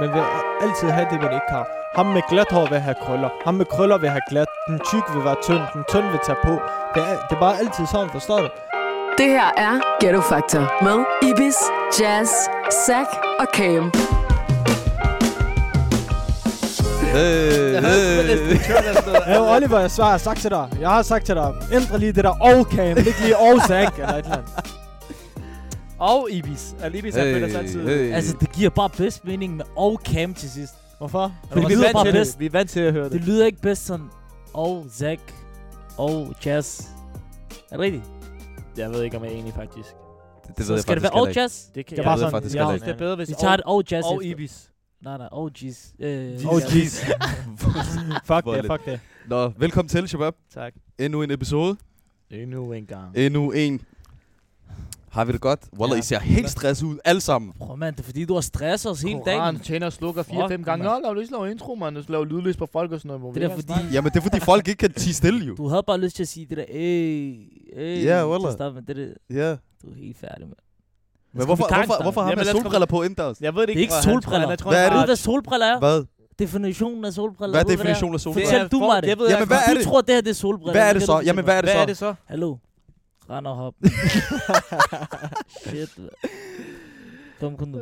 man vil altid have det, man ikke har. Ham med glat hår vil have krøller. Ham med krøller vil have glat. Den tyk vil være tynd. Den tynd vil tage på. Det er, det er bare altid sådan, forstår du? Det her er Ghetto Factor med Ibis, Jazz, Zack og Cam. Øh, øh. Ja, jo, Oliver, jeg svarer, jeg har sagt til dig. Jeg har sagt til dig, ændre lige det der og Cam, ikke lige og Zack eller et eller andet. Og Ibis. Og Ibis, han føler sig altid. hey. Altså, det giver bare bedst mening med og Cam til sidst. Hvorfor? Men det vi, er lyder vant bare til det. bedst. vi er vant til at høre Det det. lyder ikke bedst sådan, og Zack, og Jazz. Er det rigtigt? Jeg ved ikke, om jeg er enig, faktisk. det ved Så jeg skal faktisk det være og heller ikke. Jazz? Det Det kan jeg, er bare ved sådan, faktisk ja, heller Det er bedre, hvis Vi tager og, et og Jazz og efter. Ibis. Nej, nej, og Jazz. Øh, Jeez. og Jeez. Jazz. Fuck Hvor er det, det- fuck det. Nå, velkommen til, Shabab. Tak. Endnu en episode. Endnu en gang. Endnu en. Har vi det godt? Wallah, Ja. I ser helt stresset ud, alle sammen. Prøv mand, det er fordi, du har stresset os hele dagen. Koran tjener og slukker Fuck, 4-5 gange. mand. Nå, lav lige lav intro, mand. Så lav lydløs på folk og sådan noget. hvor vi Det er da ikke fordi, Jamen, det er fordi folk ikke kan tige stille, jo. du havde bare lyst til at sige det der, øh, øh. Ja, til wallah. at starte med det der. Ja. Du er helt færdig, mand. Men hvorfor, hvorfor, hvorfor har Jamen, man lad os komme- solbriller på indendørs? har- Jeg ved det Det ikke. er ikke bror. Han tror- solbriller. han tror, Hvad han er Ved har- du, hvad solbriller er? Hvad? Definitionen af solbriller. Hvad er ved du, definitionen af Det solbriller? er- Fortæl du mig det. Jeg ved Jamen, ikke. hvad er Du det? tror, det her det er solbriller. Hvad er kan det du så? fortælle Jamen, mig. hvad er det Hvad så? er det så? Hallo. Rand og hop. Shit, mand. Kom, kom nu.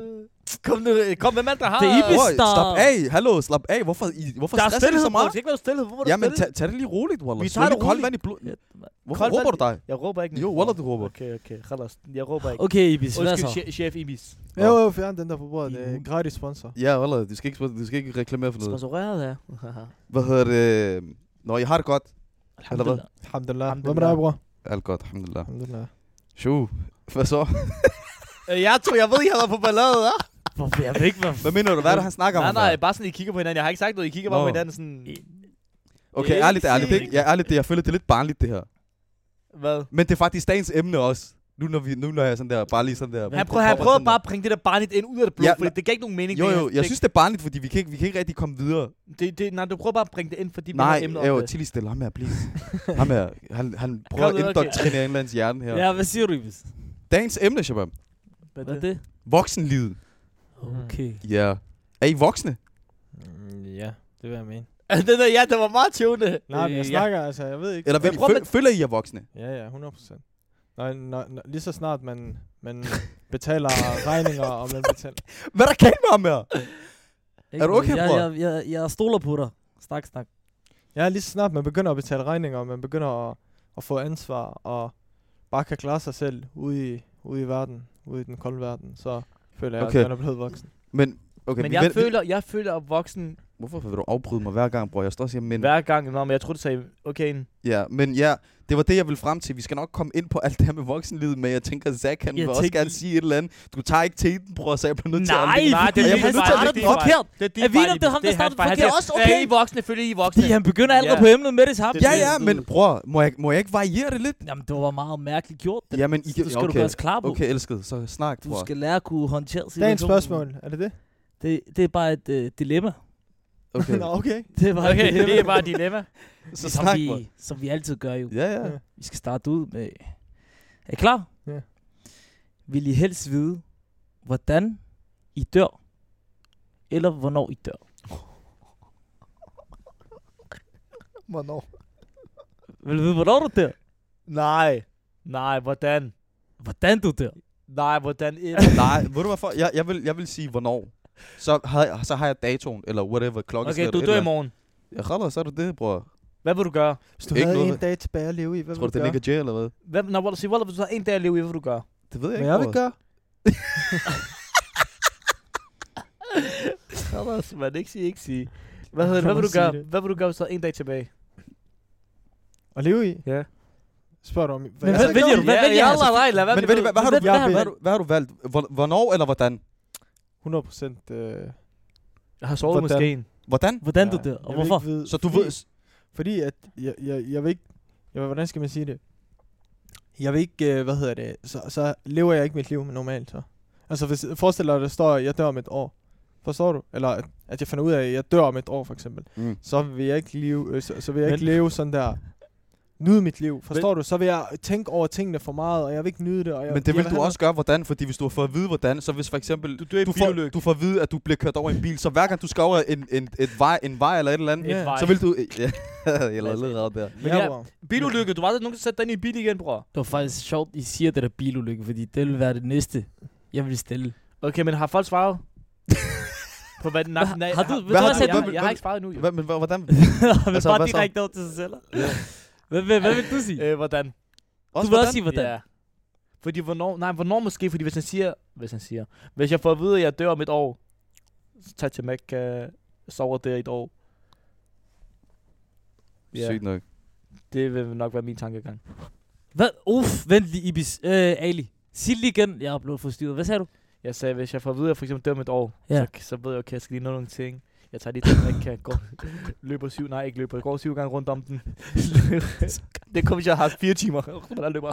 Kom nu, øh, kom, hvem er det, der har... Det er Ibis. Oi, der- slap af. Hallo, slap af. Hvorfor, I, hvorfor Der er stresser I stillhed, så bror. Det meget? skal ikke være stillhed. Hvorfor er der Jamen, tag, stillhed? tag det lige roligt, Wallah. Vi Slå tager det lige koldt roligt. vand i blod. Shit, mand. Hvorfor Koldt råber vand du dig? Jeg råber ikke. Jo, Wallah, du råber. Okay, okay. Khalas. Jeg råber ikke. Okay, Ibis, hvad Undskyld, så? che- chef Ibis. Jo, jo, fjern den der på bordet. Det er Idiot. gratis sponsor. Ja, Wallah, du skal ikke, du skal ikke reklamere for noget. Sponsoreret her. Hvad hedder det? Nå, jeg har det godt. Eller hvad? Alhamdulillah. Hvad med Alhamdulillah. dig, bror? Alt godt, alhamdulillah. Alhamdulillah. Shu, hvad så? Øh, Jeg tror, jeg ved, I har været på ballade, hva'? Hvorfor? Jeg ved ikke, hvad... Hvad mener du? Hvad er det, han snakker om? Nej, ham der? nej, bare sådan, I kigger på hinanden. Jeg har ikke sagt noget. I kigger bare Nå. på hinanden sådan... Okay, Ikke ærligt, ærligt. sige. Ikke? Ja, ærligt, det, jeg føler, det er lidt barnligt, det her. Hvad? Men det er faktisk dagens emne også. Nu når, vi, nu når jeg sådan der, bare lige sådan der. Han prøver, han popper prøver sådan bare at bringe det der barnet ind ud af det blå, Ja, fordi det gav ikke nogen mening. der. Jo, det jo, her. jeg Det- synes, det er barnligt, fordi vi kan ikke, vi kan ikke rigtig komme videre. Det, det, nej, du prøver bare at bringe det ind, fordi vi har Nej, emnet jo, om det. til lige stille. Ham her, please. ham her, han, han prøver at Kom nu, okay. indoktrinere en eller andens hjerne her. Ja, hvad siger du, Ibis? Dagens emne, Shabab. Hvad er det? Voksenlivet. Okay. Ja. Yeah. Er I voksne? Ja, det vil jeg mene. Den der, ja, det var meget tjovende. Nej, men jeg Øh, snakker altså, jeg ved ikke. Eller Jeg vel, tror, føl, man- føler I jer voksne? Ja, ja, 100 procent. Når, når, når, lige så snart man, man betaler regninger, og man betaler... Hvad er der galt med ham her? Er du okay, jeg, bror? jeg, jeg, jeg stoler på dig. Snak, snak. Ja, lige så snart man begynder at betale regninger, og man begynder at, at få ansvar, og bare kan klare sig selv ude i, ude i verden, ude i den kolde verden, så føler jeg, Okay. okay. at man er blevet voksen. Men, okay, Men vi- jeg vi- føler, jeg føler at voksen Hvorfor vil du afbryde mig hver gang, bror? Jeg står og siger, men... hver gang. Nå, men jeg tror, du sagde, okay, en- Ja, men ja, det var det, jeg ville frem til. Vi skal nok komme ind på alt det her med voksenlivet, men jeg tænker, Zach, han Jeg vil også tænkte- gerne sige et eller andet. Du tager ikke teten, bror, så jeg bliver nødt til at... Nej, aflægge- Nej, fordi det er han din fejl, starter det er den din forkert. det din Er vi fejl, enige om, det er Ibis. ham, der hans startede fejl. Han forkert? siger, Også okay. Er I voksne? Føler I er voksne? Fordi han begynder allerede Ja. på emnet med det samme. Ja, ja, men bror, må jeg, må jeg ikke variere det lidt? Jamen, det var meget mærkeligt gjort. Det, Jamen, I kan- det skal du okay. gøre os klar på. Okay, elsket, så snak, Du bror. skal lære at kunne håndtere situationen. Dagens spørgsmål, er det det? Det, det er bare et øh, dilemma. Okay, Nå, okay. Det er bare Okay, et dilemma. det er bare et dilemma. så som, snak, bror. vi, som vi altid gør jo. Ja, ja. Ja. Vi skal starte ud med... Er I klar? Ja. Vil I helst vide, hvordan I dør, eller hvornår I dør? Hvornår? Vil I vide, hvornår du dør? Nej. Nej, hvordan? Hvordan du dør? Nej, hvordan? ikke? Nej, ved du hvorfor? Jeg, jeg, vil, jeg vil sige, hvornår. Så har, jeg, så har jeg datoen, eller whatever, klokken. Okay, du dør i morgen. Ja, Khalas, så er det det, bror. Hvad vil du gøre? Hvis du Ikke ikke havde noget. en dag tilbage at leve i, hvad Tror du, vil det du er gøre? Nick Jay, eller hvad? Hvad, når Waller siger, Waller, hvis du har en dag at leve i, hvad vil du gøre? Det ved jeg Hvad ikke, jeg vil bror. gøre? Ellers, man ikke sige, ikke sige. Hvad, hedder det? Lad Hvad mig vil du sige gøre? det. Hvad vil du gøre, hvis du har en dag tilbage? At leve i? Ja. Spørger du om... Hvad jeg Men hvad så Altså, vælger gør? du? Hvad Ja, vælger ja, han så? Allah, nej, lad være Men med ved det. du hvad, hvad har du- Hvad- hvad har hvad har du- du- hvad har du valgt? Hvor- Hvornår eller hvordan? 100 procent... Øh, Jeg har sovet Hvordan? måske en. Hvordan? Hvordan ja, du dør, jeg og vil hvorfor? ikke vide- Så du fordi- ved... Fordi at, jeg, jeg, jeg vil ikke, jeg, ved- hvordan skal man sige det? Jeg vil ikke, øh, hvad hedder det, så, så lever jeg ikke mit liv normalt så. Altså hvis, forestil dig, at der står, at jeg dør om et år. Forstår du? Eller at, at jeg finder ud af, at jeg dør om et år for eksempel. Mm. Så vil jeg ikke leve, øh, så, så vil jeg Men- ikke leve sådan der, nyde mit liv, forstår du? Så vil jeg tænke over tingene for meget, og jeg vil ikke nyde det. Og jeg, Men jeg det vil have du noget- også gøre, hvordan? Fordi hvis du får at vide, hvordan, så hvis for eksempel... Du dør i Du bilulykke. får, du får at vide, at du bliver kørt over i en bil, så hver gang du skal over en, en, et vej, en vej eller et eller andet, Ja. Et vej. så vil du... Ja, jeg lavede allerede der. Men Ja, ja, bror. Bilulykke, du var aldrig nogen, der satte dig ind i bil igen, bror. Det var faktisk sjovt, I siger det der bilulykke, fordi det ville være det næste, jeg ville stille. Okay, men har folk svaret? på hvad den Hva- nej, har du- ved du, hvad jeg, sagde du? jeg, jeg, har ikke svaret endnu. Jo. Hvad, men hvor- hvordan? Men Altså, bare hvad så? direkte over til sig selv. Hvad, hvad, hvad vil du sige? Øh, hvordan? Du Også vil hvordan? også sige, hvordan. Ja. Fordi hvornår, nej, hvornår måske, fordi hvis han siger, hvis han siger, hvis jeg får at vide, at jeg dør om et år, så tag til Mekka, sover der i et år. Ja, Sygt nok. det vil nok være min tankegang. Hvad? Uff, vent lige, Ibis. Øh, Ali. Sig det lige igen. Jeg er blevet forstyrret. Hvad sagde du? Jeg sagde, hvis jeg får at vide, at jeg for eksempel dør om et år, Ja. ja. så, så ved jeg, okay, jeg skal lige nå nogle ting. Jeg tager lige til Mekka, går, løber syv, nej ikke løber, går syv gange rundt om den. det kommer, hvis jeg har haft fire timer, jeg løber,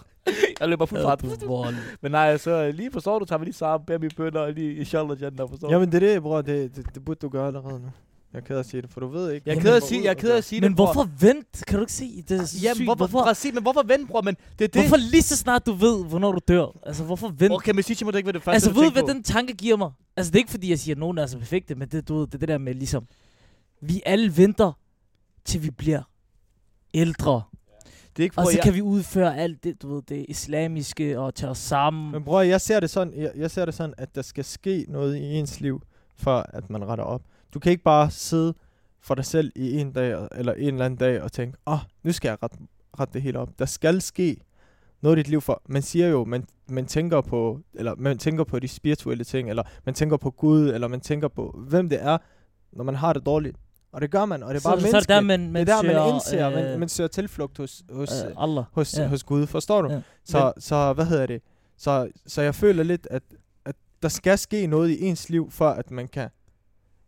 jeg løber fuld fart. Men nej, så øh, lige forstår du, tager vi lige sammen, bærer mine bønder, og lige i Charlotte Janda, forstår du? Jamen det er det, bror. Det, det, det burde du gøre allerede nu. Jeg er ked af at sige det, for du ved ikke. Jeg er hvordan det ked af at går sige, ud, jeg er og ked af at sige Men det, bror. hvorfor vent? Kan du ikke se? Det er så Jamen, sygt. hvorfor, hvorfor? Præcis, men hvorfor vente, bror? Men det er det. hvorfor lige så snart du ved, hvornår du dør? Altså, hvorfor vente? Okay, men Sichi må det ikke være det første, altså, du ved du, tænker hvad på. den tanke giver mig? Altså, det er ikke, fordi jeg siger, at nogen er så perfekte, men det, du ved, det er det der med ligesom... Vi alle venter, til vi bliver ældre. Det er ikke, Og bror, så jeg, kan vi udføre alt det, du ved, det islamiske og tage os sammen. Mm. Men bror, jeg ser det sådan, jeg, jeg ser det sådan, at der skal ske noget i ens liv, for at man retter op. Du kan ikke bare sidde for dig selv i en dag, og- eller en eller anden dag, og tænke, åh, oh, nu skal jeg rette, rette det hele op. Der skal ske noget i dit liv, for man siger jo, man, man tænker på, eller man tænker på de spirituelle ting, eller man tænker på Gud, eller man tænker på, hvem det er, når man har det dårligt. Og det gør man, og det er bare så, så er det der, menneskeligt. man, man det er der, søger, man indser, øh, øh, man, man søger tilflugt hos, hos, øh, øh, Allah. hos, Ja. ja. hos Gud, forstår du? Ja. Ja. Så, så hvad hedder det? Så, så jeg føler lidt, at, at der skal ske noget i ens liv, for at man kan,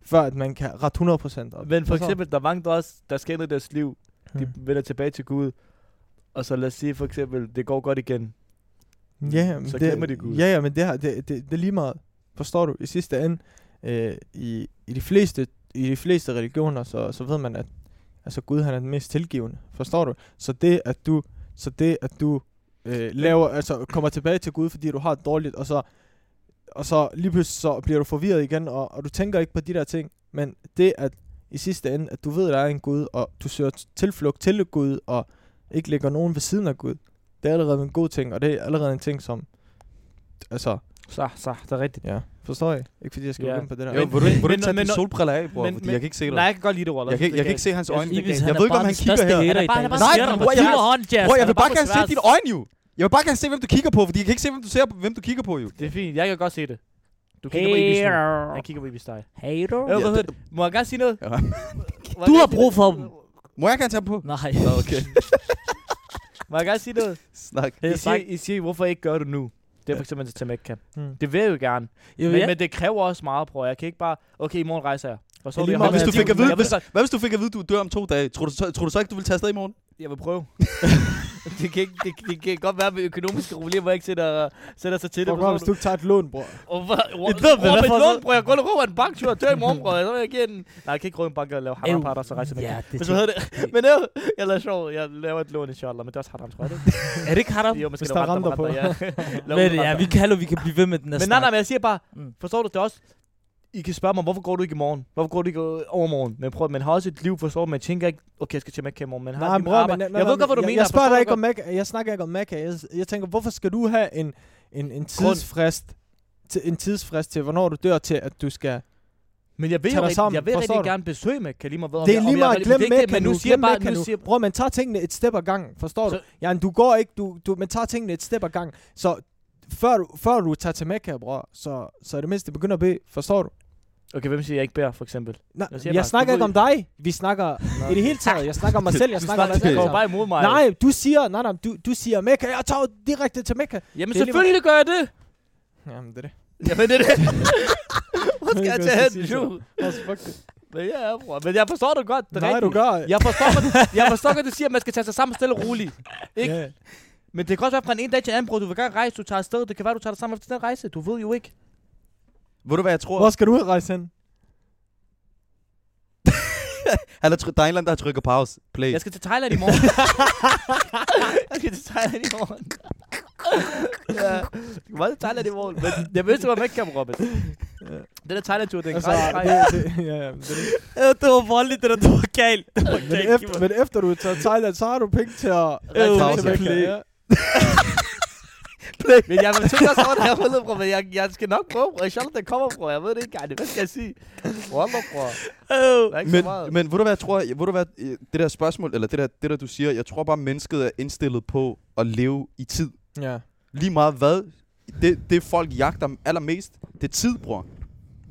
for at man kan rette 100% op. men for Forstår du? eksempel, der er mange, der, også, der skal ændre deres liv. De Hmm. vender tilbage til Gud. Og så lad os sige for eksempel, det går godt igen. Ja, men Mm. så det, glemmer de Gud. Ja, ja, men det, her, det, det, det er lige meget. Forstår du? I sidste ende, øh, i, i, de fleste, i de fleste religioner, så, så ved man, at altså Gud han er den mest tilgivende. Forstår du? Så det, at du, så det, at du øh, laver, altså, kommer tilbage til Gud, fordi du har det dårligt, og så, og så lige pludselig så bliver du forvirret igen, og, og du tænker ikke på de der ting, men det, at i sidste ende, at du ved, at der er en Gud, og du søger tilflugt til Gud, og ikke lægger nogen ved siden af Gud, det er allerede en god ting, og det er allerede en ting, som... Altså, Så, så, det er rigtigt. ja. Forstår I? Ikke fordi jeg skal Ja. ja. på det der. Jo, vil du, ikke- vil du men- ikke tage men- dine solbriller af, bror? men- Fordi men- jeg kan ikke se dig. Nej, jeg kan godt lide det, Wallace. Jeg kan, ikke- Det jeg kan ikke se hans Jeg øjne. synes, Jeg Ibis, han er ved ikke, om bare han den kigger her. største hater Han er i bare- Danmark. han er bare Nej, stjerne. men Bror, giv jeg- mig hånd, Jas. Bror, jeg Han vil er bare på gerne se tværs. dine øjne, jo. Jeg vil bare gerne se, hvem du kigger på, fordi jeg kan ikke se, hvem du ser, hvem du kigger på, jo. Det er fint, jeg kan godt se det. Du kigger på Ibis nu. Hater. Jeg kigger på Ibis dig. Hater. Øh, Ja, hvad hedder det- det? Må jeg gerne sige noget? Ja. Må jeg Du gerne har sige brug noget? for dem. Må jeg gerne tage dem på? Nej. Nå, okay. Må jeg gerne sige noget? Snak. Øh, I siger, I siger, hvorfor ikke gør det nu? Det er for eksempel til Mekka. Hmm. Det vil jeg jo gerne. Jo, Men, ja. men det kræver også meget, bror. Jeg kan ikke bare, okay, i morgen rejser jeg. Og så Det er vil lige jeg meget, holde hvis mig du til- fik at vide, jeg vil, hvis- Hvad hvis du fik at vide, du dør om to dage? Tror du, så, tror du så ikke, du vil tage afsted i morgen? jeg vil prøve. det, kan ikke, det, det kan godt være med økonomiske problemer, jeg ikke sætter, sætter sig til det. Fuck, bror, hvis du ikke tager et lån, bror. Og hvad? Det ved vi, Robert derfor så- Lund, bror. Jeg går lige over en bank, så jeg dør i morgen, bror. Så vil jeg give den. Nej, jeg kan ikke røve en bank og lave Øv. haram og så rejse med. Ja, det Hvis du hedder det. Men øh, jeg lader sjov. Jeg laver et lån, inshallah. Men det er også haram, tror jeg. det ikke? Er det ikke haram? Jo, man skal Hvis lave der er renter på renter renter, ja. Men Lave ja, renter. vi kan, vi kan blive ved med den her Men nej, nej, snak. men jeg siger bare, Mm. forstår du det er også? I kan spørge mig, hvorfor går du ikke i morgen? Hvorfor går du ikke øh, overmorgen? Men prøv, man har også et liv, forstår du? Man tænker ikke, okay, jeg skal til Mekka i morgen. Man har Nej, et liv, bror, arbejde. men, nej, nej, jeg ved godt, hvad du jeg, mener. Jeg, spørger dig forstår du ikke om godt? Mac, jeg snakker ikke om Mac. Jeg, jeg tænker, hvorfor skal du have en, en, en tidsfrist, til, en tidsfrist til, hvornår du dør, til at du skal... Men jeg Tag vil, dig jo rigtig, sammen, jeg vil forstår rigtig du? gerne besøge Mekka lige meget. hvad, om Det er jeg- om lige jeg meget, rigtig- glem det er Mac ikke det, Men nu nu, siger jeg glem bare, Mac nu siger nu. Bror, man tager tingene et step ad gangen, forstår du? Så- Ja, du går ikke, du, du, man tager tingene et step ad gangen. Så før du, før du tager til Mekka, bror, så, så er det mindste begynder at bede, forstår du? Okay, hvem siger, jeg ikke bærer, for eksempel? Nej, Jeg jeg, siger bare, jeg du snakker ved ikke om dig. Vi snakker Nå. i det hele taget. Jeg snakker om mig selv. Jeg Du snakker om snakker- altså. os alle du kommer sammen. bare imod mig. Nej, du siger, nej, nej, du, du siger Mekka. Jeg tager direkte til Mekka. Jamen det er lige selvfølgelig gør jeg det. Jamen, det er det. Jamen det er det. Hvor skal jeg Jeg tage kan hen sige nu? så. Altså, fuck det. Men ja, bror. Men jeg forstår det godt. Det er Nej, rigtigt. du gør. Jeg forstår, hvad, jeg forstår godt, du siger, at man skal tage sig sammen stille og roligt. Ikke? Ja. Men det kan også være fra en ene dag til en anden, bror. Du vil gerne rejse, du tager afsted. Det kan være, du tager dig sammen efter den rejse. Du ved jo ikke. Ved du, hvad jeg tror? Hvor skal du ud og rejse hen? Han er, try- der er en eller anden, der trykker pause. Play. Jeg skal til Thailand i morgen. jeg skal til Thailand i morgen. ja. Du kan meget Thailand i morgen. Men jeg vidste, hvor man ikke kan, Robin. Den der Thailand-tur, det er en Altså, gratis det, rejse. det, ja, ja, men det, er det. Ja, det var voldeligt, det der, det var galt. Det var Men, galt. efter, men efter du tager Thailand, så har du penge til at... Øh, til at pause. vække- Play. ja. Men jeg vil tænke også over det her hullet, bror. Men jeg, jeg skal nok prøve, bror. Charlotte, den kommer, bror. Jeg ved det ikke, Arne. Hvad skal jeg sige? Wallah, bror. Der er ikke så meget. Men, men ved du hvad, jeg tror, jeg, ved du hvad, øh, det der spørgsmål, eller det der, det der du siger, jeg tror bare, mennesket er indstillet på at leve i tid. ja, Lige meget hvad, det, det folk jagter allermest, det er tid, bror.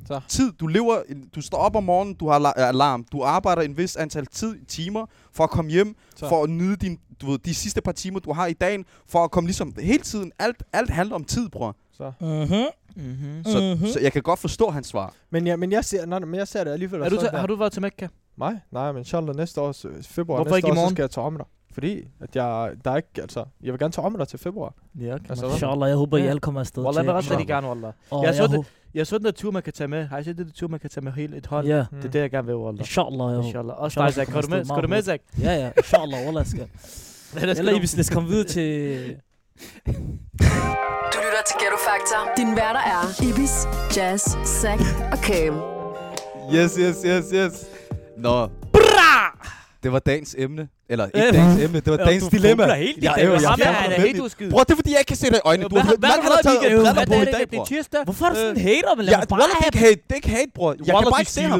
Så. Tid, du lever, du står op om morgenen, du har la- alarm, du arbejder en vis antal tid, timer for at komme hjem, Så. så. for at nyde din, du ved, de sidste par timer, du har i dagen, for at komme ligesom hele tiden, alt, alt handler om tid, bror. så. Mhm. Så, mm-hmm. så jeg kan godt forstå hans svar. Men, ja, men, jeg ser, nej, nej, men jeg ser det alligevel. Er du, sådan ta- har du været til Mekka? Nej, nej, men Charlotte næste år, februar Hvorfor næste ikke i år, morgen? så skal jeg tage om dig. Fordi at jeg, der er ikke, altså, jeg vil gerne tage om dig til februar. Ja, kan Altså, man. Inshallah, jeg håber, I Ja. alle kommer afsted Wallah, hvad til. også rigtig Inshallah. gerne, Wallah. Og Jeg jeg, så det- håber, Jeg så den der tur, man kan tage med. Har I set den der tur, man kan tage med hele et hold? ja, Det er det, jeg gerne vil, Wallah. inshallah, jeg håber. Inshallah. Også Inshallah, dig, så Zach. kommer Skal du med? afsted Skal du med, meget Zach? Ja, ja, inshallah, wallah, skal. Eller I hvis lad os komme videre til... Du lytter til Ghetto Factor. Din værter er Ibis, Jazz, Zack og Cam. Yes, yes, yes, yes. Nå. Bra! Det var dagens emne. Eller ikke Øh, dagens emne, det var dagens dilemma. Jeg helt i dag. jo, Hvad jeg ham er er fandme da med helt i- uskid. Bror, det er fordi, jeg ikke kan se dig i øjnene. Du har hvad- hvad langt har du har taget weekenden? briller på Hvad er i det, dag, det bror. er tirsdag. Hvorfor er du sådan en hater, men lad Ja, mig bare Wallah, det er have... ikke hate, det er ikke hate, bror. Jeg kan bare ikke se ham.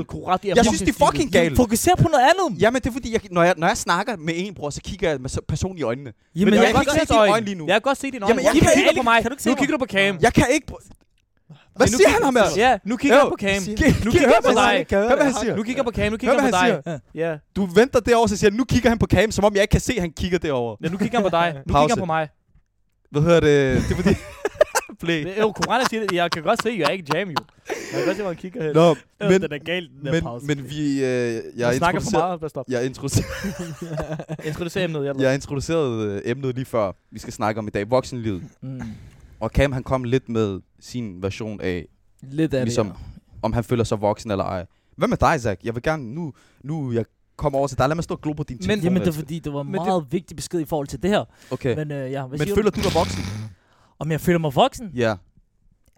Jeg synes, de er fucking gale. Fokuser på noget andet. Jamen, det er fordi, jeg, når, jeg, når jeg snakker med en, bror, så kigger jeg med så- personen i øjnene. Jamen, Men jeg jeg, kan kan ikke godt se se dit dine øjne. øjne lige nu. Jeg kan godt se dine øjne. Jamen, jeg Jamen, kan du ikke- kigger på mig. Kan du ikke se Nu mig? kigger du på Cam. Jeg kan ikke, bror. Hvad nu siger kig- han ham her? Ja, nu kigger Jo, jeg på Cam. siger- Nu kigger jeg på dig. Hvad vil han siger? Nu kigger jeg på Cam. Nu Hør, kigger jeg hvad på han dig. siger. Ja. Du venter derovre, så siger han, nu kigger han på Cam, som om jeg ikke kan se, at han kigger derovre. Ja, nu kigger han på dig. Nu kigger Pause. han på mig. Hvad hedder det? Det er fordi... Play. Det er Jo, Korana siger det. Jeg kan godt se, at jeg er ikke jam, jo. Jeg kan godt se, hvor han kigger hen. Nå, Øh, men, den er galt, den der men, pause. men vi... Øh, jeg, Jeg snakker for introducerede, meget. Bare stop. jeg, introducerede, Jeg skal du se emnet, jeg jeg introducerede øh, emnet lige før, vi skal snakke om i dag, voksenlivet. Mm. Og Cam, han kom lidt med sin version af, Lidt af det, ligesom, ja. om han føler sig voksen eller ej. Hvad med dig, Zach? Jeg vil gerne nu, nu jeg kommer over til dig. Lad mig stå og glo på din Men, telefon. jamen, det mens- er fordi, det var en Men det- meget det... vigtig besked i forhold til det her. Okay. Men, Men øh, ja, hvad men siger føler du? du dig voksen? Om jeg føler mig voksen? Ja.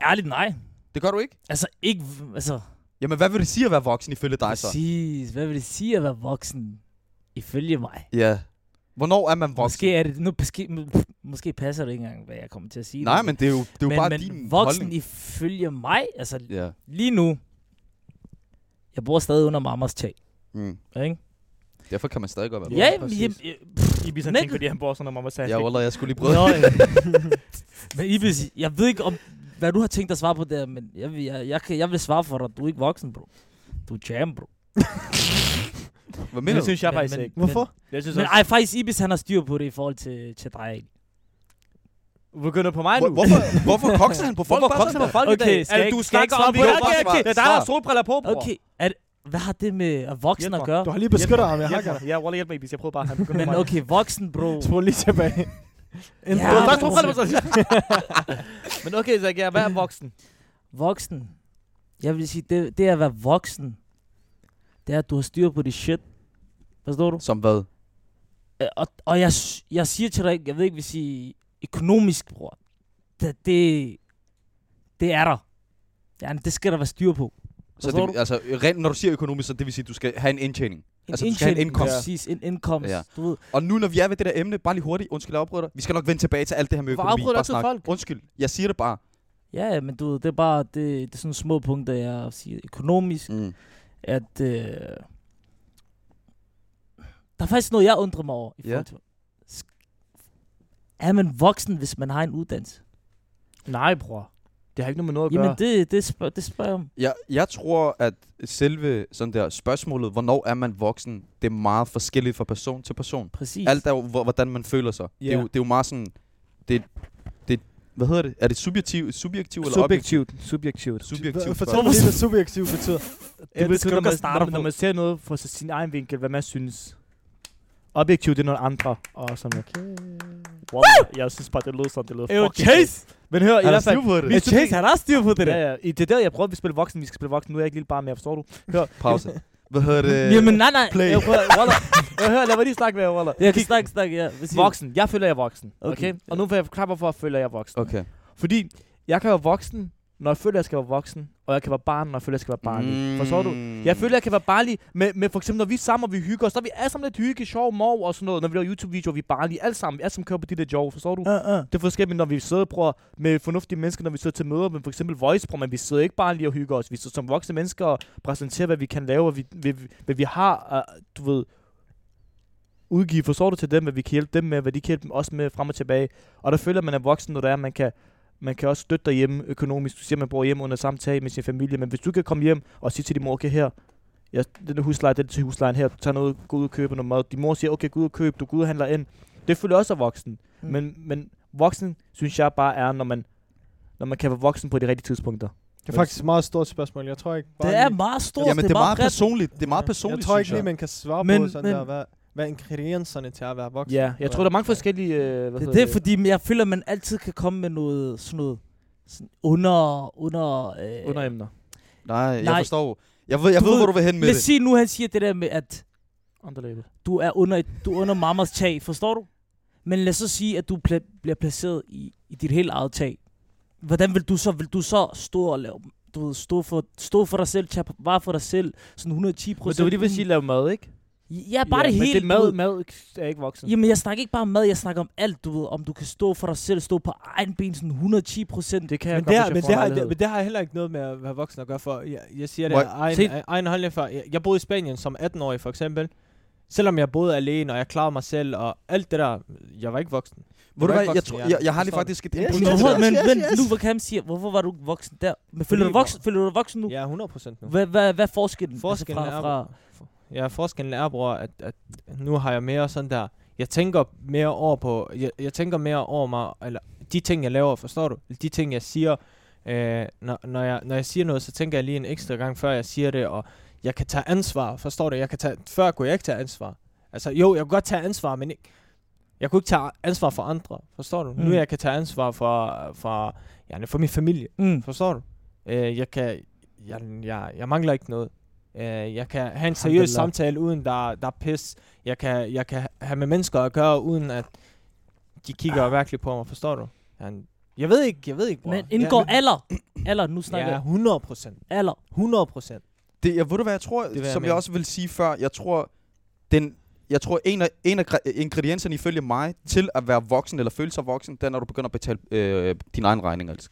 Ærligt nej. Det gør du ikke? Altså ikke, v- altså... Jamen, hvad vil det sige at være voksen ifølge dig så? Præcis. Hvad vil det sige at være voksen? Ifølge mig. Ja. Hvornår er man voksen? Måske er det... Nu, måske, måske passer det ikke engang, hvad jeg kommer til at sige. Nej, nu. men det er jo, det er jo men, bare men din voksen holdning. ifølge mig, altså Ja. lige nu, jeg bor stadig under mammas tag, Mm. ikke? Derfor kan man stadig godt være Ja, ja, præcis. jamen, jeg, pff, Ibis, han net- tænker, fordi han bor sådan, når mamma sagde, voksen. Ja, han skal- Wallah, jeg skulle lige prøve. Nå, ja. men Ibis, jeg ved ikke, om, hvad du har tænkt dig at svare på der, men jeg, vil- jeg, jeg, kan, jeg vil svare for dig. Du er ikke voksen, bro. Du er jam, bro. Hvad Men mener det du? synes jeg faktisk ikke. Hvorfor? Jeg synes Men, men også, ej, faktisk Ibis, han har styr på det i forhold til, til dig. ikke? du begynder på mig nu. Hvor, hvorfor, hvorfor kokser han på folk? Hvorfor bare kokser sådan på folk i dag? Okay, skal jeg du ikke- skal jeg ikke snakker om, svare vi på det? kan Bare ikke- svar. Det er dig, der har Svar. solbriller på, bror. Okay, er, det- hvad har det med at voksen Hjælp at mig. gøre? Du har lige beskyttet ham, jeg Hjælp hakker mig. dig. Ja, Wallah, hjælp mig, Ibis. Jeg prøver bare, han begynder Men mig. okay, voksen, bro. Spol lige tilbage. En- Ja, Du har men- sagt solbriller på sig. Men okay, så jeg, hvad er voksen? Voksen. Jeg vil sige, det, det at være voksen, det er, at du har styr på dit shit. Forstår du? Som hvad? Øh, Og, og jeg, s- jeg siger til dig, ikke- jeg ved ikke, hvis I økonomisk, bror. Det, det, det er der. Ja, det skal der være styr på. Så Forstår det, altså, rent, når du siger økonomisk, så det vil sige, at du skal have en indtjening. En Altså, du skal have en indtjening, indkomst. Præcis, en indkomst. Ja. Ja. Du ved. Og nu, når vi er ved det der emne, bare lige hurtigt, undskyld, jeg afbryder dig. Vi skal nok vende tilbage til alt det her med Hvorfor økonomi. afbryder du Bare altid snak. folk? Undskyld, jeg siger det bare. Ja, ja, men du ved, det er bare det, det er sådan små punkter, jeg siger økonomisk. Mm. at øh, der er faktisk noget, jeg undrer mig over. I Ja. forhold til, Sk- er man voksen, hvis man har en uddannelse? Nej, bror. Det har ikke noget med noget at Jamen, gøre. det, det, spørg, det spørger jeg om. Jeg, jeg tror, at selve sådan der spørgsmålet, hvornår er man voksen, det er meget forskelligt fra person til person. Præcis. Alt er jo, hvor- hvordan man føler sig. Yeah. Det, er Ja. jo, det er jo meget sådan... Det, det, hvad hedder det? Er det subjektiv, subjektiv eller objektiv? Subjektivt. Subjektivt. Subjektivt. Fortæl mig spørgsmål. lige, hvad subjektiv betyder. Det det skal betyder, du når ikke man, starte når, man, på. når man ser noget fra sin egen vinkel, hvad man synes. Objektivt, det er noget andre. Og sådan noget. Wow, jeg synes bare, det lød sådan, det lød fucking fedt. Men hør, i Er der hvert fald, styr på det? Men Chase, han har styr på det der. Ja, ja. I- Det er der, jeg prøver at spille voksen. Vi skal spille voksen. Nu er jeg ikke lille barn mere, forstår du? Hør, Pause. Hvad hedder det? Jamen nej, nej. Øh, play. Jeg prøver, Waller. Jeg hører, lad mig lige snakke med jer, Waller. Ja, snak, snak, ja. Hvad siger du? Voksen. Jeg føler, jeg er voksen. Okay? Okay. okay. Og nu får jeg klapper for, at jeg føler, jeg er voksen. Okay. Fordi jeg kan være voksen, når jeg føler, jeg skal være voksen. Og jeg kan være barn, når jeg føler, jeg skal være barnlig. Mm. Forstår du? Jeg føler, jeg kan være barnlig med, med for eksempel, når vi er sammen, og vi hygger os, der er vi alle sammen lidt hygge, sjov, mor og sådan noget. Når vi laver YouTube-videoer, vi er barnlige alle sammen. Vi alle sammen kører på de der jokes, forstår du? Ja, ja. Det er forskelligt, når vi sidder bruger med fornuftige mennesker, når vi sidder til møder med for eksempel voice men vi sidder ikke bare lige og hygger os. Vi sidder som voksne mennesker og præsenterer, hvad vi kan lave, og vi, vi, hvad vi har, uh, du ved, udgive, forstår du til dem, hvad vi kan hjælpe dem med, hvad de kan hjælpe dem også med frem og tilbage. Og der føler man, at voksen, når der er, man kan man kan også støtte dig hjemme økonomisk. Du siger, man bor hjemme under samme tag med sin familie, men hvis du kan komme hjem og sige til din mor, okay her, jeg, den her husleje, den er til huslejen her, tag noget, gå ud og købe noget mad. Din mor siger, okay, gå ud og køb, du går ud og handler ind. Det føler også af voksen. Mm. Mm. Men, men voksen, synes jeg bare er, når man, når man kan være voksen på de rigtige tidspunkter. Det er faktisk et meget stort spørgsmål. Jeg tror ikke bare Det er lige, meget stort, Jamen, det er meget bredt. personligt. Det er meget Ja. personligt, Jeg tror ikke synes lige, man kan svare på Men- sådan men- der, hvad, hvad ingredienserne til at være voksen. Ja, jeg tror, der er mange forskellige... Øh, hvad Det er hedder det, fordi jeg føler, at man altid kan komme med noget sådan noget sådan under... under øh, underemner. Nej, jeg Nej. forstår. Jeg ved, jeg Du ved, ved- hvor du vil hen med Lad os det. sige nu, han siger det der med, at Underlæbe. du er under, et, du er under mammas tag, forstår du? Men lad os så sige, at du pla- bliver placeret i, i dit helt eget tag. Hvordan vil du så, vil du så stå og lave, du ved, stå, for, stå for dig selv, tage bare for dig selv, sådan 110 Men procent? det var lige ved at sige, lave mad, ikke? Ja, bare det men hele. det du mad, ved. mad er ikke voksen. Jamen, jeg snakker ikke bare om mad, jeg snakker om alt, du ved, om du kan stå for dig selv, stå på egen ben sådan 110 procent. Det kan jeg Men det, godt, hvis har, jeg men, får det en har, lejlighed. det, men det har heller ikke noget med at være voksen at gøre for. Jeg, jeg siger det Må af jeg- egen, Se- af egen holdning før. Jeg, jeg boede i Spanien som 18-årig for eksempel. Selvom jeg boede alene, og jeg klarede mig selv, og alt det der, jeg var ikke voksen. Ved du var hvad, ikke jeg, voksen, tror, ja. jeg, jeg har lige Forstår faktisk et Yes, input Men, yes, til hvorfor, det. men yes, vent, yes. nu hvor kan man sige, hvorfor var du ikke voksen der? Men føler du dig Fordi- voksen, føler du dig voksen nu? Jeg er 100 procent nu. Hvad, hvad, hvad er forskellen? Forskellen altså er- fra, fra, Ja, forskellen er, bror, at, at nu har jeg mere sådan der... Jeg tænker mere over på... Jeg, jeg tænker mere over mig, eller de ting, jeg laver, forstår du? De ting, jeg siger. Øh, når, når, jeg, når jeg siger noget, så tænker jeg lige en ekstra gang, før jeg siger det, og jeg kan tage ansvar, forstår du? Jeg kan tage, før kunne jeg ikke tage ansvar. Altså jo, jeg kunne godt tage ansvar, men ikke, jeg kunne ikke tage ansvar for andre, forstår du? Mm. Nu Mm. jeg kan tage ansvar for, for, ja, for min familie, mm. Forstår du? Øh, jeg, kan, jeg, jeg, jeg mangler ikke noget. Øh, jeg kan have en seriøs Alhamdulillah. samtale, uden der, der er pis. Jeg kan, jeg kan have med mennesker at gøre, uden at de kigger virkelig på mig. Forstår du? Han, jeg ved ikke, jeg ved ikke, bror. Men indgår jeg, alder. Alder, nu snakker Ja, jeg. 100 procent. Alder. 100 procent. Det, jeg ved du hvad, jeg tror, vil det jeg som jeg, mene. også vil sige før, jeg tror, den, jeg tror en, af, en af gra- ingredienserne ifølge mig til at være voksen eller føle sig voksen, det er, når du begynder at betale øh, din egen regning. Altså.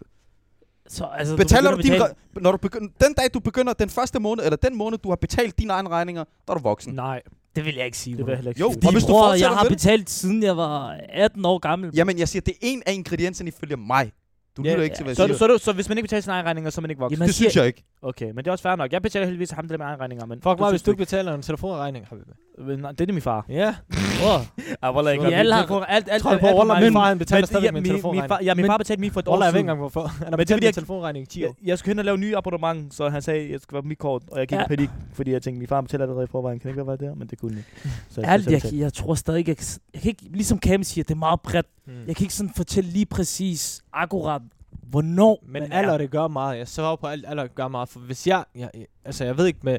Så, altså, Betaler du, begynder at din betale. re- når du begynder, den dag, du begynder, den første måned, eller den måned, du har betalt dine egne regninger, der er du voksen. Nej, Det vil jeg ikke sige. det vil bror. jeg heller ikke Jo, sige. Fordi, Og hvis du bror, fortsætter jeg har med det- betalt siden jeg var 18 år gammel. Jamen, jeg siger, det er en af ingredienserne ifølge mig. Du Ja, lytter ikke til, hvad jeg Så, siger. så, så, så, hvis man ikke betaler sine egne regninger, så er man ikke voksen. Jamen, det synes jeg ikke. Okay, men det er også fair nok. Jeg betaler heldigvis ham, der med egne regninger, men... Fuck mig, hvis synes du ikke betaler en telefonregning. Har vi med. Men nej, det er min far. Ja, bror. Ej, hvor ikke. ikke. Alt, alt, alt, tror du på, Wallah, min far, han betaler stadigvæk min min telefonregning. far, ja, min Men- far betalte min for et år Wallah, jeg ved ikke siden. engang, hvorfor. Han har Men det er betalt fordi, min jeg- telefonregning i 10 Jeg, år. jeg skulle hen og lave ny abonnement, så han sagde, at jeg skulle være på mit kort, og jeg gik Ja. i panik, fordi jeg tænkte, min far betaler allerede i forvejen. Kan det ikke være der? Men det kunne han ikke. Så jeg Ærligt, skulle jeg, selv jeg tror stadig ikke, jeg, kan s- jeg kan ikke, ligesom Cam siger, det er meget bredt. Mm. Jeg kan ikke sådan fortælle lige præcis, akkurat, hvornår Men man alder, er. det gør meget. Jeg svarer på alt, alder gør meget. For hvis jeg, jeg altså jeg ved ikke med,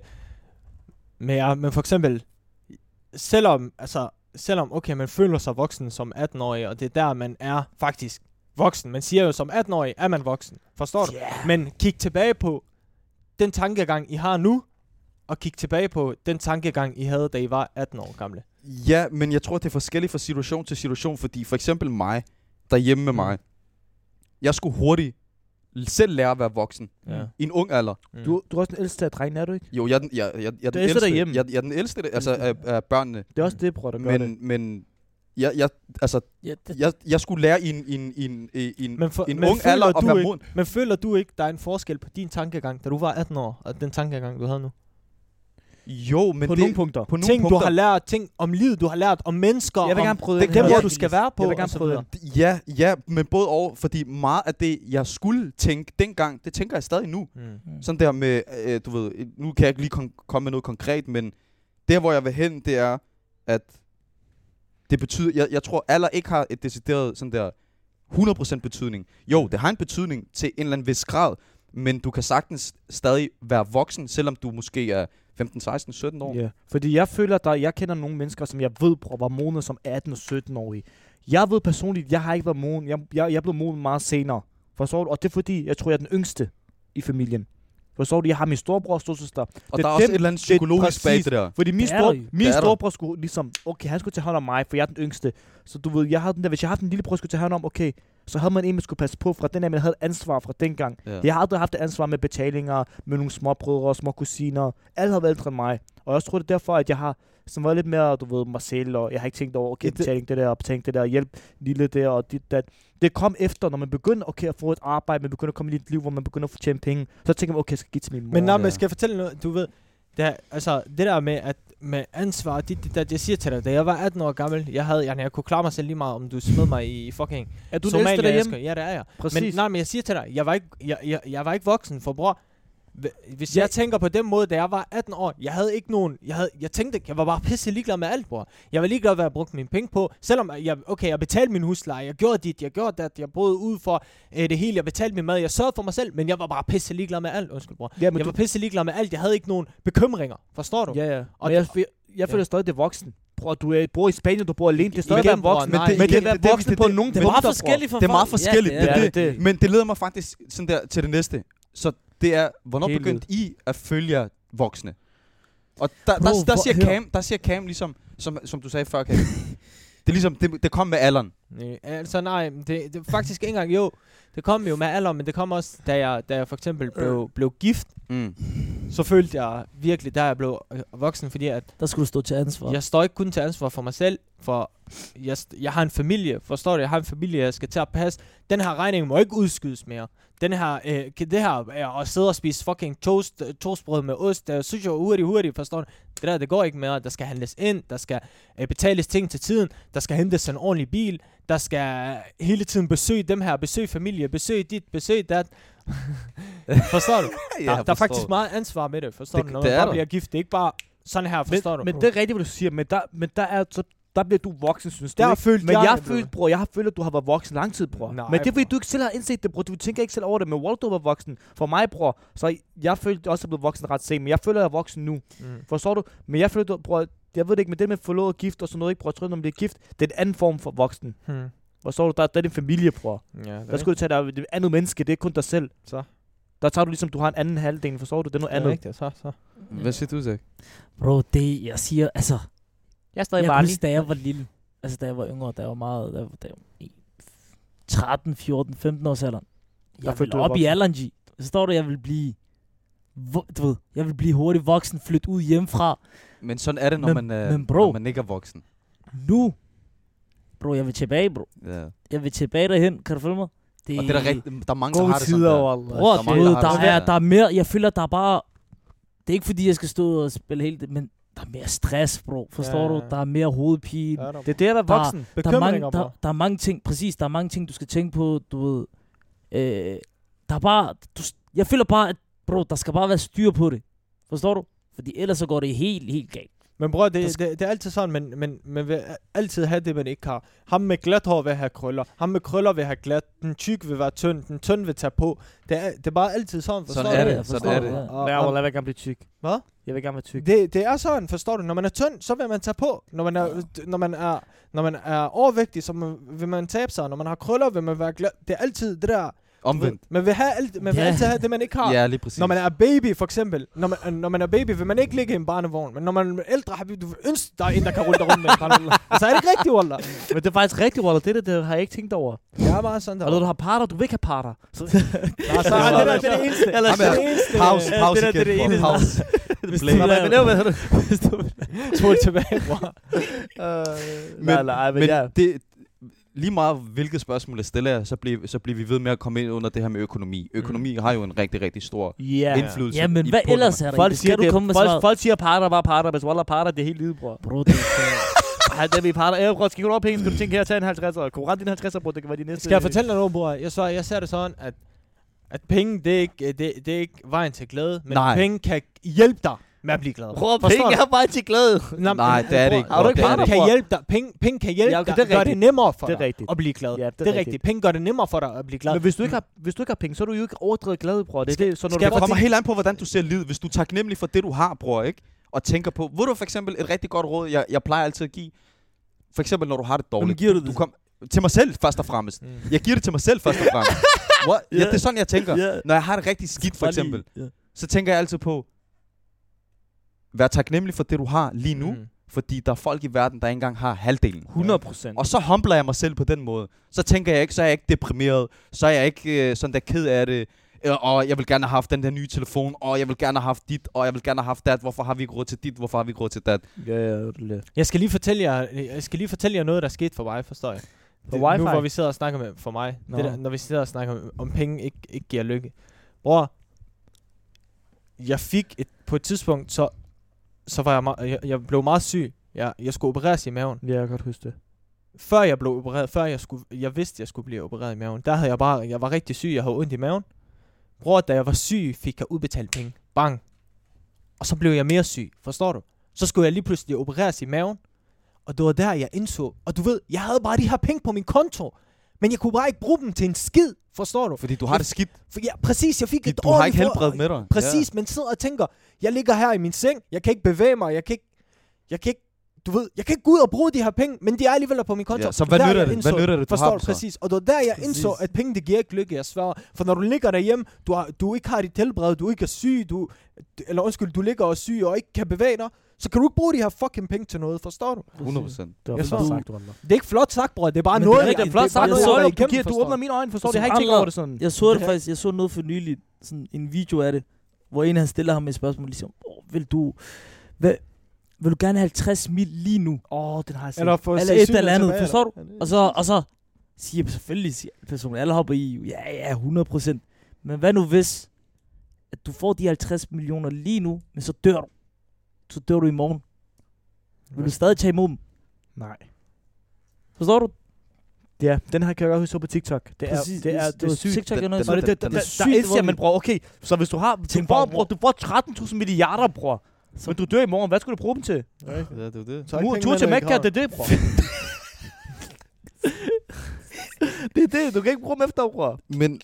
med jer, men for eksempel, selvom, altså, selvom, okay, man føler sig voksen som 18-årig, og det er der, man er faktisk voksen. Man siger jo, som 18-årig er man voksen. Forstår du? Yeah. Men kig tilbage på den tankegang, I har nu, og kig tilbage på den tankegang, I havde, da I var 18 år gamle. Ja, men jeg tror, det er forskelligt fra situation til situation, fordi for eksempel mig, derhjemme med Mm. mig, jeg skulle hurtigt l- selv lære at være voksen Ja. i en ung alder. Mm. tage. Du, du er også den ældste af drengene, er du ikke? Jo, jeg er den, jeg, jeg, jeg, er Du den er ældste ældste derhjemme. Jeg, jeg er den ældste altså, Ældste. af, af børnene. Det er Mm. også det, bror, der gør det. Men, men jeg, jeg, altså, Ja, det, jeg, jeg skulle lære i en, i en, i en, i en, Men for- en men ung føler alder at du være ikke- moden. Men føler du ikke, der er en forskel på din tankegang, da du var 18 år, og den tankegang, du havde nu? Jo, men På det, nogle punkter. på nogle ting, punkter, du har lært, ting om livet, du har lært om mennesker, Jeg vil om gerne prøve det den kan her. dem, jeg hvor Jeg du vil- skal være på, altså. Jeg vil og gerne så prøve videre. den. Ja, ja, men både og, fordi meget af det, jeg skulle tænke dengang, det tænker jeg stadig nu. Mm. Sådan der med, øh, du ved, øh, nu kan jeg ikke lige kon- komme med noget konkret, men der hvor jeg vil hen, det er, at det betyder, jeg, jeg tror alder ikke har et decideret sådan der 100% betydning. Jo, det har en betydning til en eller anden vis grad, men du kan sagtens stadig være voksen, selvom du måske er 15, 16, 17 år. Ja, fordi jeg føler, at der, jeg kender nogle mennesker, som jeg ved bruger hormoner som 18 og 17 årige. Jeg ved personligt, jeg har ikke været moden. Jeg, jeg, jeg er blevet moden meget senere. Forstår du? Og det er fordi, jeg tror, jeg er den yngste i familien. Forstår du? Jeg har min storebror og storsøster. Og det der er er også dem- et eller andet det er psykologisk bag præcis- det der. Fordi min, Det er store, der jo. Det er min der. storebror skulle ligesom, okay, han skulle tage hånd om mig, for jeg er den yngste. Så du ved, jeg havde den der, hvis jeg havde den lille bror, skulle tage hånd om, okay, så havde man en, man skulle passe på fra den her, man havde et ansvar fra dengang. Ja. Jeg har aldrig haft et ansvar med betalinger, med nogle små brødre og små kusiner. Alle har været ældre end mig. Og jeg også tror, det er derfor, at jeg har sådan været lidt mere, du ved, mig selv, og jeg har ikke tænkt over, okay, Ja, det- betaling det der, og betaling det der, hjælp lille der, og dit, dat. Det kom efter, når man begyndte okay, at få et arbejde, man begynder at komme i et liv, hvor man begynder at få tjene penge, så tænker man, okay, jeg skal give til min mor. Men nej, Ja. men skal jeg fortælle noget? Du ved, det, er- altså, det der med, at med ansvar, det, det, det, jeg siger til dig, da jeg var 18 år gammel, jeg, havde, jeg, jeg kunne klare mig selv lige meget, om du smed mig i fucking er du den Somalia. ældste derhjemme? Asger. Ja, det er jeg. Præcis. Men, nej, men jeg siger til dig, jeg var ikke, jeg, jeg, jeg var ikke voksen, for bror, hv- hvis jeg, Ja. jeg tænker på den måde, da jeg var 18 år, jeg havde ikke nogen, jeg, havde, jeg tænkte, jeg var bare pisse ligeglad med alt, bror. Jeg var ligeglad, hvad jeg brugte mine penge på, selvom jeg, okay, jeg betalte min husleje, jeg gjorde dit, jeg gjorde dat, jeg boede ud for øh, det hele, jeg betalte min mad, jeg sørgede for mig selv, men jeg var bare pisse ligeglad med alt, undskyld, bror. ja, Men men jeg du, var pisse ligeglad med alt. Jeg havde ikke nogen bekymringer. Forstår du? Ja, ja. Og Og men jeg, det- jeg, jeg føler ja. stadig, det er voksen. Bror, du er, bor i Spanien, du bor alene, det er stadig at Igen, være voksen. bror, nej. men det, er at være voksen på nogle Det er meget forskelligt for det er meget folk. forskelligt, Ja, det er det, det. det. Men det leder mig faktisk sådan der til det næste. Så det er, hvornår Helt begyndte I at følge jer voksne? Og der, Bro, der, der, hvor- siger hør. Cam, der siger Cam ligesom, som, som du sagde før, Cam. det er ligesom, det, det kom med alderen. Nej, altså nej, det, det er faktisk ikke engang jo. Det kom jo med alder, men det kom også, da jeg, da jeg for Øh. eksempel blev, blev gift. Mm. Så følte jeg virkelig, da jeg blev øh, voksen, fordi at der skulle du stå til ansvar. jeg står ikke kun til ansvar for mig selv, for jeg, st- jeg har en familie, forstår du? Jeg har en familie, jeg skal til at passe. Den her regning må ikke udskydes mere. Den her, øh, kan det her øh, at sidde og spise fucking toast, øh, toastbrød med ost, øh, synes jeg er hurtigt, hurtigt, forstår du? Det der, det går ikke mere. Der skal handles ind, der skal øh, betales ting til tiden, der skal hentes en ordentlig bil, der skal øh, hele tiden besøge dem her, besøge familie, besøge dit, besøge dat. forstår du? Der, ja, der er faktisk meget ansvar med det, forstår Det- du? Når det man er bare der. bliver gift, det er ikke bare sådan her, forstår du? men, Mm. men det er rigtigt, hvad du siger, men der, men der, er, så, der bliver du voksen, synes Der du. har ikke? følt Men jeg har det blev- følt, bror, jeg har følt, at du har været voksen lang tid, bror. Nej, men det er, fordi bror. du ikke selv har indset det, bror. Du tænker ikke selv over det, men Waldo var voksen. For mig, bror, så jeg følte at jeg også er blevet voksen ret sent, men jeg føler, at jeg er voksen nu. Mm. Forstår du? Men jeg føler, at du- bror, jeg ved det ikke, men det med forlod og gift og sådan noget, ikke, bror, jeg tror, når man bliver gift, det er en anden form for voksen. Hmm. Forstår du? Der, der er din familie, bror. Ja, det Der skulle du tage dig af et andet menneske, det er kun dig selv. Så. Der tager du ligesom, du har en anden halvdel, forstår du? Det er noget andet. rigtigt, så, så. Hvad siger du, Zach? Bro, det jeg siger, altså... Jeg er Jeg kan huske, da jeg var lille, altså da jeg var yngre, da jeg var meget, da jeg var, da jeg var i 13, 14, 15 års alderen. Jeg følte ville du, du var op i voksen. alderen, G. Så står der, jeg vil blive, vo- du ved, jeg vil blive hurtigt voksen, flytte ud hjemmefra. Men sådan er det, når, Men- man, er, men bro. når man ikke er voksen. Nu, bro, jeg vil tilbage, bro. Ja. Jeg vil tilbage derhen, kan du følge mig? Og det er der, rigt, der er mange, der har det sådan tider, der. wallah. Bror, Der er du mange, ved, der har der, det er, sådan. der er mere, jeg føler, der er bare, det er ikke fordi, jeg skal stå og spille helt det, men der er mere stress, bro, forstår Ja, du? ja. Der er mere hovedpine, Det er det at være Der- voksen. der er, mange, Bekymringer, der, der er mange ting, præcis, der er mange ting, du skal tænke på, du ved. Øh, der er bare, du, jeg føler bare, at bro, der skal bare være styr på det. Forstår du? Fordi ellers så går det helt, helt galt. Men bror, Der det, det, det, er altid sådan, men, men man vil altid have det, man ikke har. Ham med glat hår vil have krøller. Ham med krøller vil have glat. Den tyk vil være tynd. Den tynd vil tage på. Det er, det er bare altid sådan, forstår Sådan du? er jeg det, forstår sådan er det, det. ja. Og, Ja, og, wallah, jeg vil gerne blive tyk. Hvad? Jeg vil gerne være tyk. det, det er sådan, forstår du? Når man er tynd, så vil man tage på. Når man er, når man er, når man er overvægtig, så man, vil man tabe sig. Når man har krøller, vil man være glad. Det er altid det der. Omvendt. Man vil, have alt, man vil Ja. altid have det, man ikke har. Ja, lige præcis. Når man er baby, for eksempel. Når man, når man er baby, vil man ikke ligge i en barnevogn. Men når man er ældre, har vi, du vil ønske, der er en, der kan rulle dig rundt med en barnevogn. Altså, er det ikke rigtigt, Walter? Men det er faktisk rigtigt, Waller. Det, der, det har jeg ikke tænkt over. Jeg er bare sådan der. Og når du har parter, du vil ikke have parter. Så, Nej, så er det der, det er det eneste. Jamen, Det er det eneste. Pause, Ja, pause det der, det er igen, det bror. eneste. Pause. hvis Blame. du- nej, men det er, hvad hedder det? Spol tilbage, bror. Øh, Men- nej, nej, men Men ja. det, lige meget hvilket spørgsmål jeg stiller jer, så bliver, så bliver vi ved med at komme ind under det her med økonomi. Økonomi har jo en rigtig, rigtig stor Ja. indflydelse. Ja, men i hvad på, ellers man- er der? Folk Folk siger, skal det, du komme med folk, svaret? folk siger parter var parter, hvis Waller parter, det er helt livet, bror. Bro, det, Ej, det er vi parter. Ja, bror, skal du over penge, skal du tænke her, tag en 50'er. Konkurrent din 50'er, bror, det kan være din næste. Skal jeg fortælle dig noget, bror? Jeg, så, jeg ser det sådan, at at penge, det er, ikke, det, det er ikke vejen til glæde, men Nej. penge kan hjælpe dig. med at blive glad. Bror, Forstår penge du? er bare til glæde. Nå, Nej, men- det er det ikke. Bror, Har du ikke det er det været der, ikke. Kan bror? hjælpe dig. Penge, penge kan hjælpe Ja, ja, okay, okay, det dig. Det er gør det rigtigt. nemmere for Det er dig rigtigt. at blive glad. Ja, det er det er rigtigt. rigtigt. Penge gør det nemmere for dig at blive glad. Men hvis du ikke har, hvis du ikke har penge, så er du jo ikke overdrevet glad, bror. Det er det, så når Skal du jeg Det Fordi- kommer helt an på, hvordan du ser livet. Hvis du er taknemmelig for det, du har, bror, ikke? Og tænker på... Ved du for eksempel et rigtig godt råd, jeg, jeg plejer altid at give? For eksempel, når du har det dårligt. giver du Du det? kom, til mig selv, først og fremmest. Mm. Jeg giver det til mig selv, først og fremmest. What? Ja, Ja. det er sådan, jeg tænker. Ja. Når jeg har det rigtig skidt, for Bare lige- eksempel, Ja. så tænker jeg altid på... Vær taknemmelig for det, du har lige nu. Mm. Fordi der er folk i verden, der ikke engang har halvdelen. 100 procent. Og så humbler jeg mig selv på den måde. Så tænker jeg ikke, så er jeg ikke deprimeret. Så er jeg ikke øh, sådan der ked af det. Øh, Og jeg vil gerne have haft den der nye telefon. Og jeg vil gerne have haft dit. Og jeg vil gerne have haft dat. Hvorfor har vi ikke råd til dit? Hvorfor har vi ikke råd til dat? Ja, ja, ja. Jeg skal lige fortælle jer, jeg skal lige fortælle jer noget, der skete for mig, forstår jeg. For det, nu wifi? hvor vi sidder og snakker med, for mig, Nå. det der, når vi sidder og snakker om, om penge ikke, ikke giver lykke. Bror, jeg fik et, på et tidspunkt, så, så var jeg, meget, jeg, jeg blev meget syg. Jeg, jeg skulle opereres i maven. Ja, jeg kan godt huske det. Før jeg blev opereret, før jeg, skulle, jeg vidste, jeg skulle blive opereret i maven, der havde jeg bare, jeg var rigtig syg, jeg havde ondt i maven. Bror, da jeg var syg, fik jeg udbetalt penge. Bang. Og så blev jeg mere syg, forstår du? Så skulle jeg lige pludselig opereres i maven. Og det var der, jeg indså. Og du ved, jeg havde bare de her penge på min konto. Men jeg kunne bare ikke bruge dem til en skid, forstår du? Fordi du har det skidt. For ja, præcis, jeg fik Fordi et du har ordentligt ikke for- helbred med dig. Præcis, ja. men sidder og tænker, jeg ligger her i min seng, jeg kan ikke bevæge mig, jeg kan ikke, jeg kan ikke, du ved, jeg kan ikke gå ud og bruge de her penge, men de er alligevel på min konto. Ja, så hvad Der, nytter jeg det? Hvad indså- nytter det, du Forstår har du, dem så? præcis. Og det var der, jeg indså, Præcis. at penge, det giver ikke lykke, jeg sværger. For når du ligger derhjemme, du, har, du ikke har dit helbred, du ikke er syg, du, eller undskyld, du ligger og er syg og ikke kan bevæge dig, så kan du ikke bruge de her fucking penge til noget, forstår du? 100 procent. Det var Jeg flot så- sagt, Walter. Det er ikke flot sagt, bror, det er bare Men det er noget, rigtigt, jeg- det er flot det er sagt, bare du noget, så jeg jo, har igennem, du, du forstår åbner mine øjne, forstår du? Jeg har Som ikke tænkt over andre- det sådan. Jeg så Det det er faktisk, jeg så noget for nyligt, sådan en video af det, hvor en han stiller ham et spørgsmål, ligesom, oh, vil du, hvad, vil du gerne have 50 mil lige nu? Åh, den har jeg set. Eller, få Eller synet et eller andet, tilbage, forstår du? Altså, eller- Og så, og så siger selvfølgelig siger personen, alle hopper i, ja, ja, 100 procent. Men hvad nu hvis, at du får de 50 millioner lige nu, men så dør du. Så dør du i morgen. Vil du stadig tage imod dem? Nej. Forstår du? Ja, den her kan jeg godt huske så på TikTok. Det er, Præcis. det er, det var sygt. TikTok, Den- jeg nåede den- at se. Og det, det, den det, er der, der, sygt der indser man, alvorlig. bror, okay, så hvis du har, Til du en får, bank, bror, du får 13.000 milliarder, bror, men du dør i morgen, hvad skal du bruge dem til? Ja, det er det. Så er ikke Mur, pengene tur til heller ikke Mekka, gratis. det er det, bror. det er det, du kan ikke bruge dem efter, bror. Men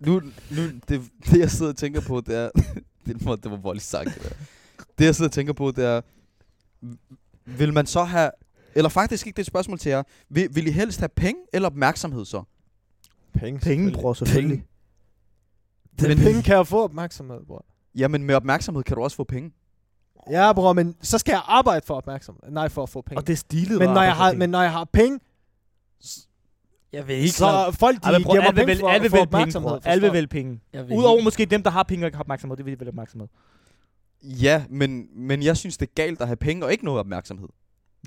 nu, nu det, det, jeg sidder og tænker på, det er... det, var, det var voldeligt sagt. Det, der. det, jeg sidder og tænker på, det er... Vil man så have... Eller faktisk ikke, det er et spørgsmål til jer. Vil, vil I helst have penge eller opmærksomhed så? Penge, Penge, bror, selvfølgelig. Men penge kan jeg få opmærksomhed, bror. Jamen, med opmærksomhed kan du også få penge. Ja, bror, men så skal jeg arbejde for opmærksomhed. Nej, for at få penge. Og det er stilet. men, at når jeg arbejde for har, penge. men når jeg har penge, Jeg vil ikke så er folk, de Ej, men bror, giver mig alle vil penge vel- for, alle for vil penge, opmærksomhed. bror. forstår Alle vil du? vel penge. Udover måske dem, der har penge og ikke har opmærksomhed, det vil de vel have opmærksomhed. Ja, men, men jeg synes, det er galt at have penge og ikke noget opmærksomhed.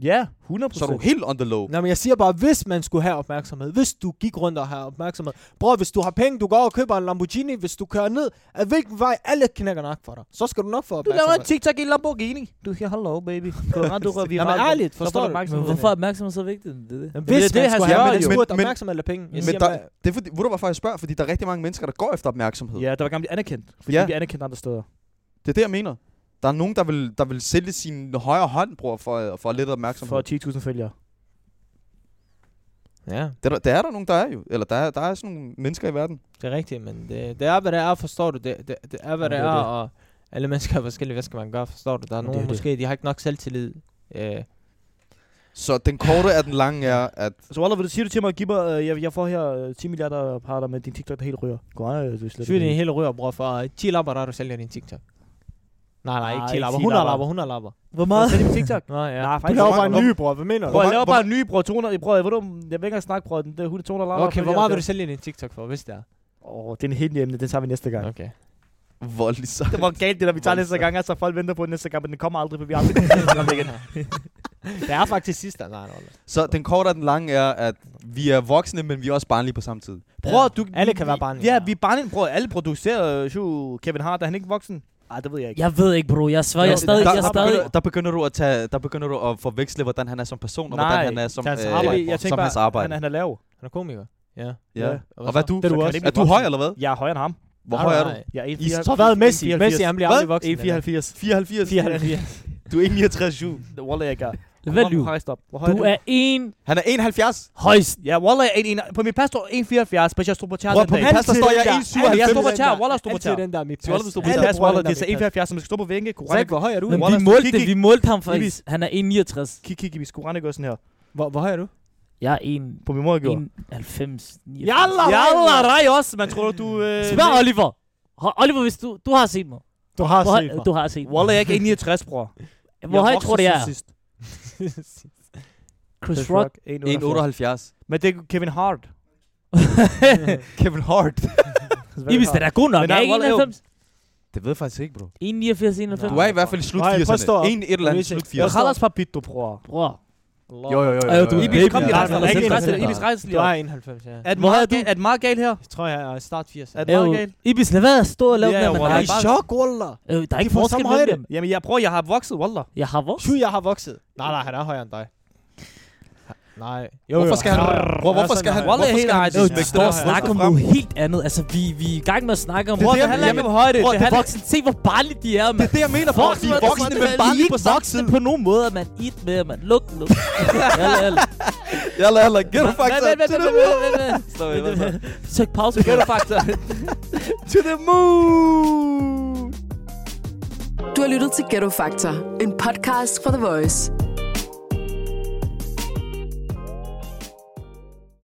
Ja, 100 Så er du helt on the low. Nej, men jeg siger bare, hvis man skulle have opmærksomhed, hvis du gik rundt og havde opmærksomhed. Bror, hvis du har penge, du går og køber en Lamborghini, hvis du kører ned, af hvilken vej alle knækker nok for dig, så skal du nok få Du laver en opmærksomhed. TikTok i en Lamborghini. Du siger, hello baby. Kom her, du går Nå, viral. men ærligt, Så får forstår du? opmærksomhed. Men hvorfor er opmærksomhed så vigtigt? Det er det. Jamen, det er Hvis det, man han skulle spørger have jo. men, men, Men- opmærksomhed eller penge. Jeg Men siger, der, man- det er fordi, ved du hvorfor jeg spørger? Fordi der er rigtig mange mennesker, der går efter opmærksomhed. Ja, der var gammelt anerkendt. Fordi Ja. ja. vi anerkendt andre steder. Det er det, jeg mener. Der er nogen, der vil, der vil sælge sin højre hånd, bror, for, for lidt opmærksomhed. For 10.000 følgere. ja, Det er, der, der er der nogen, der er jo. Eller der er, der er sådan nogle mennesker i verden. det er rigtigt, men det, det er, hvad det er, forstår du? Det, det, det er, hvad Jamen, det, det det er er, det. og alle mennesker er forskellige. Hvad skal man gøre, forstår du? Der er Jamen, det nogen, er det. måske, de har ikke nok selvtillid. Øh, Så den korte af den lange er, at... Så Walter, vil du sige det til mig og give mig, øh, jeg, jeg får her øh, 10 milliarder parter med din TikTok, der helt ryger. Gå øh, det er slet Fyr din ikke- hele rør, bror, for 10 lapper, der er du sælger din TikTok. Nej, nej, ikke Nej, 10 lapper. ikke 10 100 lapper. lapper, 100 lapper. Hvor Må jeg meget? sælge din TikTok. Nå, ja. Nej, du faktisk laver ikke. bare en ny, bror. Hvad mener du? Bror, jeg mange- laver bare en ny, bror. 200, bror, jeg, ved du, jeg vil ikke engang snakke, bror. Den der 200 larmer. Okay, hvor meget vil du sælge din TikTok for, hvis det er? Åh, det er en helt emne. Den tager vi næste gang. Okay. Voldelig sagt. Det var galt, det der vi tager næste gang. Altså, folk venter på den næste gang, men den kommer aldrig, for vi har aldrig den næste gang igen. det er faktisk sidste. Nej, nej, nej. Så den korte af den lange er, at vi er voksne, men vi er også barnlige på samme tid. Bror, du... Alle kan vi- være barnlige. Ja, vi er barnlige, bror. Alle producerer jo Kevin Hart. Er han ikke voksen? Nej, det ved jeg ikke. Jeg ved ikke, bro. Jeg svarer, jeg er stadig, der, jeg er der, stadig... begynder, der, begynder du at tage, der begynder du at forveksle, hvordan han er som person, og Nej, hvordan han er som, det er hans øh, arbejde, jeg, jeg som tænker bare, hans arbejde. Han, er- han er lav. Han er komiker. Ja. ja. ja. Og hvad er du? Det er du Så kan også. det Er ikke du høj, eller hvad? Jeg er højere end ham. Hvor høj er du? Jeg er I så hvad Messi? Messi, han bliver aldrig voksen. eller? 1,84. 84. 74. Du er 69, ju. Wallah, jeg gør. Lad være Hvor lyve. højst op? Hvor høj Du er en Han er 71. højst. Ja, Wallah, jeg er en, en, på min pas står 1,74, men jeg stod på tjern Hvor den på dag. min pas, der står jeg Altid. Jeg står på 1,97. tær, Wallah står på tær. Altid den der mit Du er aldrig pas. stået på Min Altid pas, den Wallah, der det er så mit pas. 1,74, så man skal stå på vinke. Zach, Koranek, hvor høj er du? Men vi Wallace, målte, kig det, i- vi målte ham faktisk. Han er 1,69. kig, kig, hvis Koranek gør sådan her. Hvor, hvor høj er du? Jeg er 1, På min mor, jeg gjorde. 91. Jalla, Jalla, Jalla, rej også, man tror, du... Øh, Spørg Oliver. Ho- Oliver, hvis du, du har set mig. Du har Hvor, set mig. du har set mig. Wallah, jeg er ikke 69, bror. Hvor høj tror du, jeg er? Chris Rock. 1,78. 178. Men det er Kevin Hart. Kevin Hart. Ibis, den er god nok. Men Jeg nej, er ikke Wallah, jo. 91. Det ved jeg faktisk ikke, bro. 81, 91. Du er i hvert fald i slut Nej, prøv at stå 80'erne. op. En et eller andet slut Jeg 80'erne. kalder os papito, bror. Bror. Jo, jo, jo. Ej, jo, du er Ibis, baby. kom lige Ja, rejse ja, ja. dig. Ibis, Du rejse dig lige op. er 91, ja. Er det meget galt- Er det meget galt her? Jeg tror, jeg er start 80. Er det meget Ew, galt? Øh, Ibis, lad være at stå og lave Ja, yeah, det, man Wallah. har I ikke, chok, Wallah. øh, der er ikke får forskel samme mellem højde. dem. Jamen, jeg prøver, jeg har vokset, Wallah. Jeg har vores. Sju, jeg har vokset. Nej, nej, han er højere end dig. Nej. Jo, Hvorfor skal han... Bro, hvorfor skal han... Wallah, Hvorfor helt skal han... ærligt. Jo, Ja. de smække står og den her snakker om frem? noget helt andet. Altså, vi, vi er i gang med at snakke om... Det er Bror, det, det jeg handler ikke mener. om højde. Bror, Det det handler er voksne. Se, hvor barnlige de er, Det mand. er det, jeg mener, bro. Vi er voksne, men bare I lige er på ikke samme tid. voksne på nogen måde, mand. I er med, mand. Luk, luk. Jalla, jalla. Jeg lader heller ikke. Get the fuck Vent, up. vent, vent, To the vent, moon. vent, vent, Slå af, hvad vent, så? vent. Tryk pause. Gør det faktisk. To the moon. Du har lyttet til Ghetto Factor, en podcast fra The Voice.